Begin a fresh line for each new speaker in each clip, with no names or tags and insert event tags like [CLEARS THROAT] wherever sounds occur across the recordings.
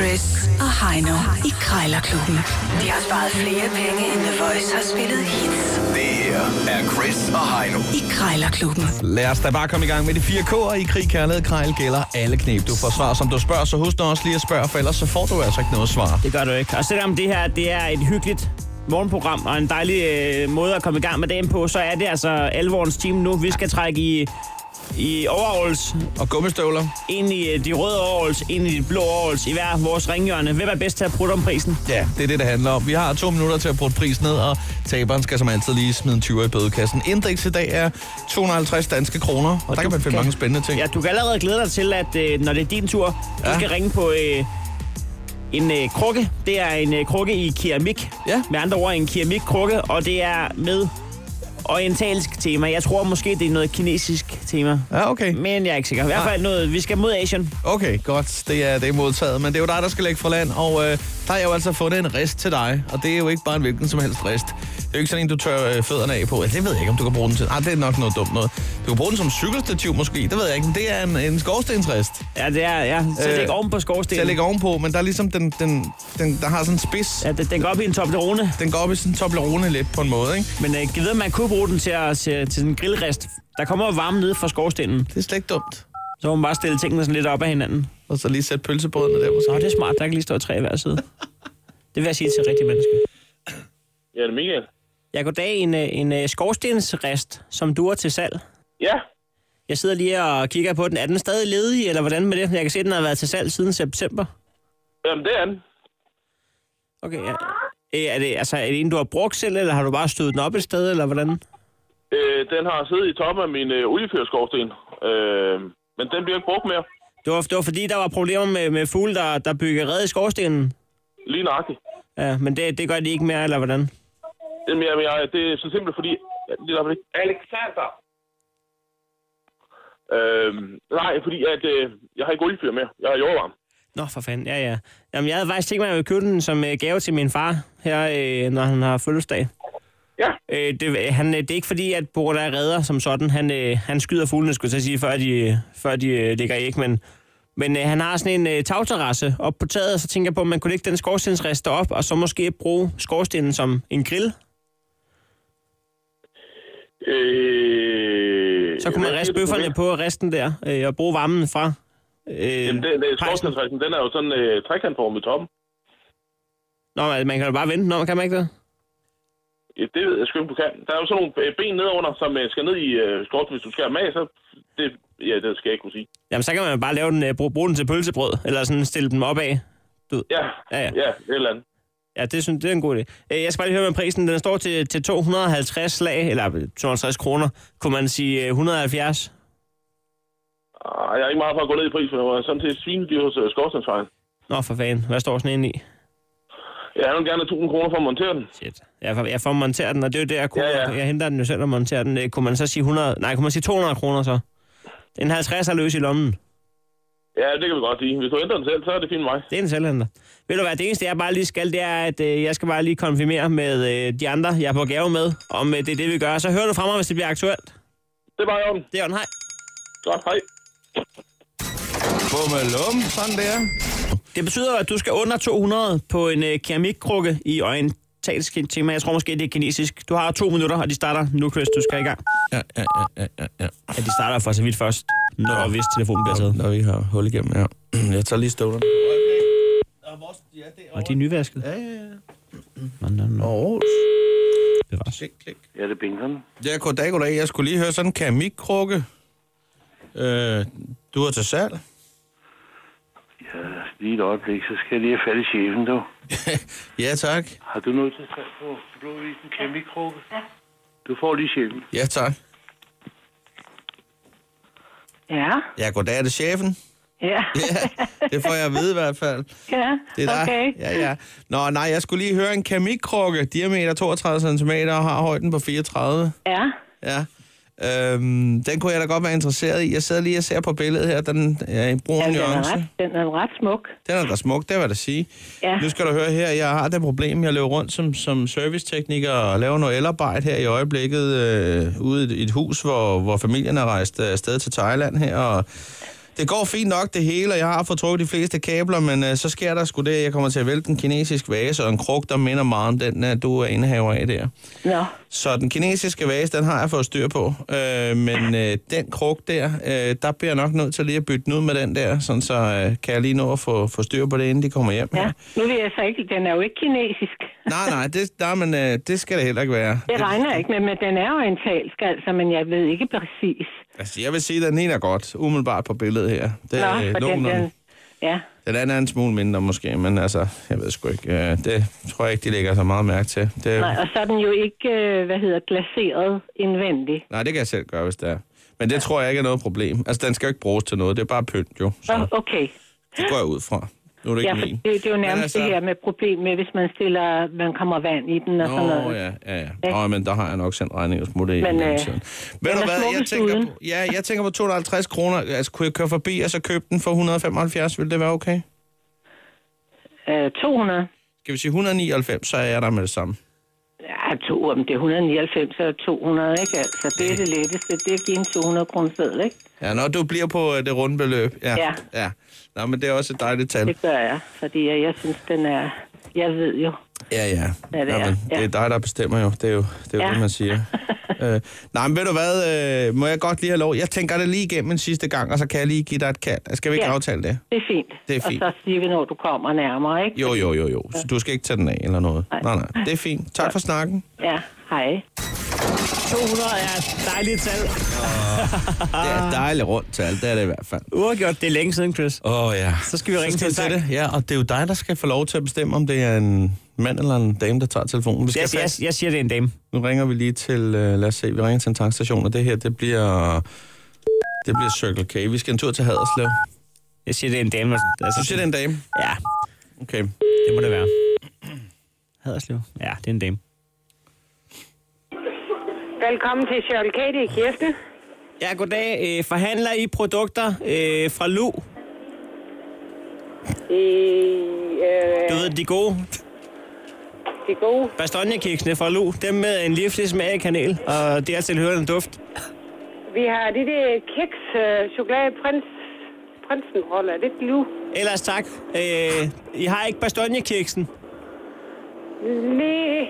Voice og Heino i Krejlerklubben. De har sparet flere penge, end The Voice har spillet hits
Det her er Chris og Heino.
i Krejlerklubben.
Lad os da bare komme i gang med de fire K'er i krig, kærlighed, krejl gælder alle knep. Du får svar, som du spørger, så husk nu også lige at spørge, for ellers så får du altså ikke noget svar.
Det gør du ikke. Og selvom det her det er et hyggeligt morgenprogram og en dejlig øh, måde at komme i gang med dagen på, så er det altså alvorens time nu. Vi skal trække i, i overalls,
Og gummistøvler.
ind i øh, de røde overalls, ind i de blå overalls, i hver vores ringhjørne. Hvem er bedst til at prutte om prisen?
Ja, det er det, det handler om. Vi har to minutter til at bruge pris ned, og taberen skal som altid lige smide en 20 i bødekassen. Indeks i dag er 250 danske kroner, og der kan man finde
kan-
mange spændende ting.
Ja, du kan allerede glæde dig til, at øh, når det er din tur, ja.
Ja.
du skal ringe på øh, en øh, krukke. Det er en øh, krukke i keramik.
Ja.
Med andre ord en keramikkrukke, og det er med orientalsk tema. Jeg tror måske, det er noget kinesisk tema.
Ja, okay.
Men jeg er ikke sikker. I hvert fald noget, vi skal mod Asien.
Okay, godt. Det er, det er modtaget. Men det er jo dig, der skal lægge for land, og øh, der har jeg jo altså fundet en rest til dig. Og det er jo ikke bare en hvilken som helst rest. Det er jo ikke sådan en, du tør øh, fødderne af på. Ja, det ved jeg ikke, om du kan bruge den til. Ah, det er nok noget dumt noget. Du kan bruge den som cykelstativ måske. Det ved jeg ikke, men det er en, en skorstensrest
Ja, det er, ja. Så
Øh,
øh, læg oven
til
på
at
skorstenen.
lægge ovenpå. Men der er ligesom den, den, den der har sådan en spids.
Ja, den, den går op i en Toblerone,
Den går op i sådan en Toblerone lidt på en måde, ikke?
men øh, giv ved, om man kunne bruge den til, at, til, til sådan en grillrest. Der kommer jo varme nede fra skorstenen,
Det er slet ikke dumt.
så må man bare stille tingene sådan lidt op af hinanden.
Og så lige sætte pølsebådene der på
Nå,
sig.
det er smart. Der kan lige stå tre i hver side. Det vil jeg sige til rigtige mennesker.
Ja, det er Michael.
Jeg går dag en, øh, en øh, skorstensrest, som du er til salg.
Ja,
Jeg sidder lige og kigger på den. Er den stadig ledig, eller hvordan med det? Jeg kan se, at den har været til salg siden september.
jamen, det er han.
Okay, ja. Øh, Er det, altså, er det en, du har brugt selv, eller har du bare stødt den op et sted, eller hvordan?
Øh, den har siddet i toppen af min øh, oliefyrskorsten. Øh, men den bliver ikke brugt mere.
Det var, det var fordi, der var problemer med, med fugle, der, der byggede red i skorstenen.
Lige nøjagtigt.
Ja, men det, det gør de ikke mere, eller hvordan?
Jamen, jamen, jeg, øh, det er så simpelt, fordi... Det er derfor ikke. Alexander! Øh, nej, fordi at, øh, jeg har ikke oliefyr mere. Jeg har jordvarme.
Nå, for fanden, ja, ja. Jamen, jeg havde faktisk tænkt mig, at jeg ville købe den som øh, gave til min far, her, øh, når han har fødselsdag.
Ja.
Øh, det, han, øh, det er ikke fordi, at Bora er redder som sådan. Han, øh, han skyder fuglene, skulle jeg til at sige, før de, før de øh, ligger æg, men... Men øh, han har sådan en øh, tagterrasse op på taget, og så tænker jeg på, om man kunne lægge den skorstensrest derop, og så måske bruge skorstenen som en grill.
Øh,
Så kunne man
hvad
riste
siger du,
bøfferne
Michael?
på resten der, øh, og bruge varmen fra. Øh,
Jamen, den, den,
pejsen.
skorstensrejsen, den er jo sådan øh, trekantformet i toppen.
Nå, man, man kan jo bare vente, når man kan man ikke det?
Ja, det ved jeg sgu ikke, du kan. Der er jo sådan nogle øh, ben nedenunder, som øh, skal ned i øh, skorsten. Hvis du skærer dem af, så... Det, ja, det skal jeg ikke kunne sige.
Jamen, så kan man jo bare lave den, øh, bruge, bruge den til pølsebrød, eller sådan stille dem op af.
Ja,
Ja, ja.
ja, ja. ja et eller andet.
Ja, det, synes, det er en god idé. Øh, Jeg skal bare lige høre med prisen. Den står til, til 250 slag, eller 250 kroner. Kunne man sige øh, 170?
Ej, Ah, jeg er ikke meget for at gå ned i pris, for jeg var sådan set svinedyr hos øh, skorstensfejlen.
Nå, for fanden. Hvad står sådan en i?
Ja, han vil gerne have 1000 kroner for at montere den.
Shit. Jeg, får- jeg får monteret den, og det er jo det, jeg kunne.
Ja,
Ja,
ja.
ja. Jeg henter den jo selv og monterer den. Øh, Kunne man så sige 100? Nej, kunne man sige 200 kroner så? En 50 er løs i lommen.
Ja, det kan vi godt sige. Hvis du ændrer den selv, så er det fint med mig.
Det er en selvhenter. Ved du hvad, det eneste jeg bare lige skal, det er, at øh, jeg skal bare lige konfirmere med øh, de andre, jeg er på gave med, om øh, det er det, vi gør. Så hører du fra mig, hvis det bliver aktuelt.
Det er bare i orden.
Det er jo en hej.
Godt, hej.
Bummelum, sådan der.
Det betyder, jo, at du skal under 200 på en øh, keramikkrukke i orientalsk tema. Jeg tror måske, det er kinesisk. Du har to minutter, og de starter nu, Chris. Du skal i gang.
Ja, ja, ja, ja, ja, ja.
Ja, de starter for så vidt først, når hvis telefonen bliver taget.
Når vi har hul igennem, ja. [CLEARS THROAT] Jeg tager lige støvlerne.
Og de er nyvasket. Ja, ja, ja. Nå, nå,
Aarhus.
bevares.
Klik, klik.
Ja, det er Bingham.
Ja, goddag, goddag. Jeg skulle lige høre sådan en keramikkrukke. Øh, du er til salg. [LAUGHS]
Ja, lige et øjeblik, så skal jeg lige have fat i chefen, du.
ja, tak.
Har du noget til at tage på? Skal du vise en kæmikrukke? Ja. Du får lige chefen.
Ja, tak.
Ja,
Ja, goddag, er det chefen? [LAUGHS]
ja,
Ja, det får jeg at vide i hvert fald.
ja,
Det er dig.
okay.
Ja, ja. Nå, nej, jeg skulle lige høre en keramikkrukke. Diameter 32 cm og har højden på 34.
Ja,
Ja. Øhm, den kunne jeg da godt være interesseret i. Jeg sidder lige og ser på billedet her. Den er i brun
ja den, er
nuance.
ret, den er ret smuk.
Den er da smuk, det vil jeg da sige.
Ja.
Nu skal du høre her, jeg har det problem, jeg løber rundt som, som servicetekniker og laver noget elarbejde her i øjeblikket øh, ude i et- i et hus, hvor, hvor familien er rejst øh, afsted til Thailand her, og det går fint nok det hele, og jeg har fået trukket de fleste kabler, men øh, så sker der sgu det, at jeg kommer til at vælte en kinesisk vase og en kruk, der minder meget om den, øh, du er indehaver af der.
Nå,
Så den kinesiske vase, den har jeg fået styr på. Øh, men øh, den kruk der, øh, der bliver jeg nok nødt til lige at bytte den ud med den der, sådan så øh, kan jeg lige nå at få, få styr på det, inden de kommer hjem
ja.
her.
Nu ved jeg så ikke, den er jo ikke kinesisk.
Nej, nej, det, nej, men, øh, det skal det heller ikke være.
Det regner jeg ikke med, men den er orientalsk, altså, men jeg ved ikke præcis.
Altså, jeg vil sige, at den ene er godt, umiddelbart på billedet her. Det
Nå,
er øh,
for den,
nogenlunde.
den, ja.
Den anden er en smule mindre måske, men altså, jeg ved sgu ikke. Øh, det tror jeg ikke, de lægger så meget mærke til. Det,
Nej, og så er den jo ikke, øh, hvad hedder, glaseret indvendigt.
nej, det kan jeg selv gøre, hvis det er. Men det tror jeg ikke er noget problem. Altså, den skal jo ikke bruges til noget. Det er bare pynt, jo. Så
Nå, okay.
det går jeg ud fra. Nu er det
Ja,
ikke
for
min.
det, det er jo
Men
nærmest
altså-
det her med problem med, hvis man stiller, man kommer vand i den og sådan
Nå,
noget.
ja, ja, ja. Nå, men der har jeg nok sendt regning og smuttet i
Men,
men, øh,
øh,
tiden. Ved
den
du
er
hvad, jeg
smukkest
tænker,
uden.
på, ja, jeg tænker på 250 kroner. Altså, kunne jeg køre forbi og så købe den for 175? Vil det være okay?
Øh, 200.
Skal vi sige 199, så er jeg der med det samme.
Ja, to, om det er 199 og 200, ikke? Altså, det er det letteste. Det er at give en 200 kroner seddel, ikke?
Ja, når du bliver på øh, det runde beløb. Ja.
Ja.
ja. Nå, men det er også et dejligt tal.
Det gør jeg, fordi jeg, jeg synes, den er... Jeg ved jo.
Ja, ja.
Ja, det er.
Jamen, det er
Ja.
dig, der bestemmer jo. Det er jo det, er jo
Ja.
det man
[LAUGHS]
siger. øh, nej, men ved du hvad, øh, må jeg godt lige have lov? Jeg tænker det lige igennem en sidste gang, og så kan jeg lige give dig et kald. Skal vi ikke
Ja.
aftale det?
Det er fint.
Det er fint.
Og så siger vi, når du kommer nærmere, ikke?
Jo, jo, jo, jo. Så du skal ikke tage den af eller noget. Nej,
Nej.
nej. nej. Det er fint. Tak for snakken.
Ja, hej.
200 er et dejligt tal.
Det
Ah.
er et dejligt rundt tal, det er det i hvert fald.
Uafgjort, det er længe siden, Chris.
Åh oh, ja.
Så skal vi ringe til en
det. Ja, og det er jo dig, der skal få lov til at bestemme, om det er en mand eller en dame, der tager telefonen. Vi skal
Jeg, jeg,
fast-
jeg siger, det er en dame.
Nu ringer vi lige til, øh, lad os se, vi ringer til en tankstation, og det her, det bliver, det bliver Circle K. Vi skal en tur til Haderslev.
Jeg siger, det er en dame. Altså,
Du siger, det er en dame.
Ja,
Okay.
det må det være. Haderslev. Ja, det er en dame.
Velkommen til Cheryl Kate i Kirsten.
Ja, goddag. Øh, forhandler I produkter øh, fra Lu?
I, øh,
Du ved, de gode
de gode.
bastonjekiksene fra Lu. Dem med en livslig smag af kanel og dertil hørende duft.
Vi har det der kiks, øh, chokoladeprins, prinsenrolle. Er det ikke liv?
Ellers tak. Øh, I har ikke bastonjekiksen.
Lige...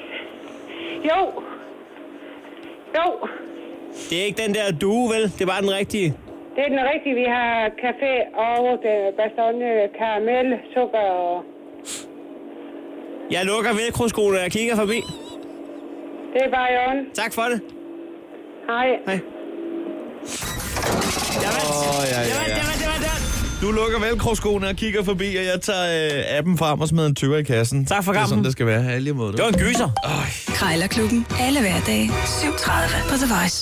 Jo. Jo.
Det er ikke den der due, vel? Det var den rigtige.
Det er den rigtige. Vi har kaffe og øh, bastogne, karamel, sukker og...
Jeg lukker velcro og jeg kigger forbi.
Det er bare i orden.
Tak for det.
Hej.
Hej. Jeg vandt.
Åh, ja,
Jeg
ja,
vandt,
ja.
jeg vandt, jeg vandt, jeg vandt.
Du lukker velcro-skoene og kigger forbi, og jeg tager øh, appen frem og smider en 20 i kassen.
Tak for
Det er
kampen.
sådan, det skal være. Ja, i lige måde.
Det var en gyser.
Krejlerklubben. Alle hverdage. 7.30 på The Voice.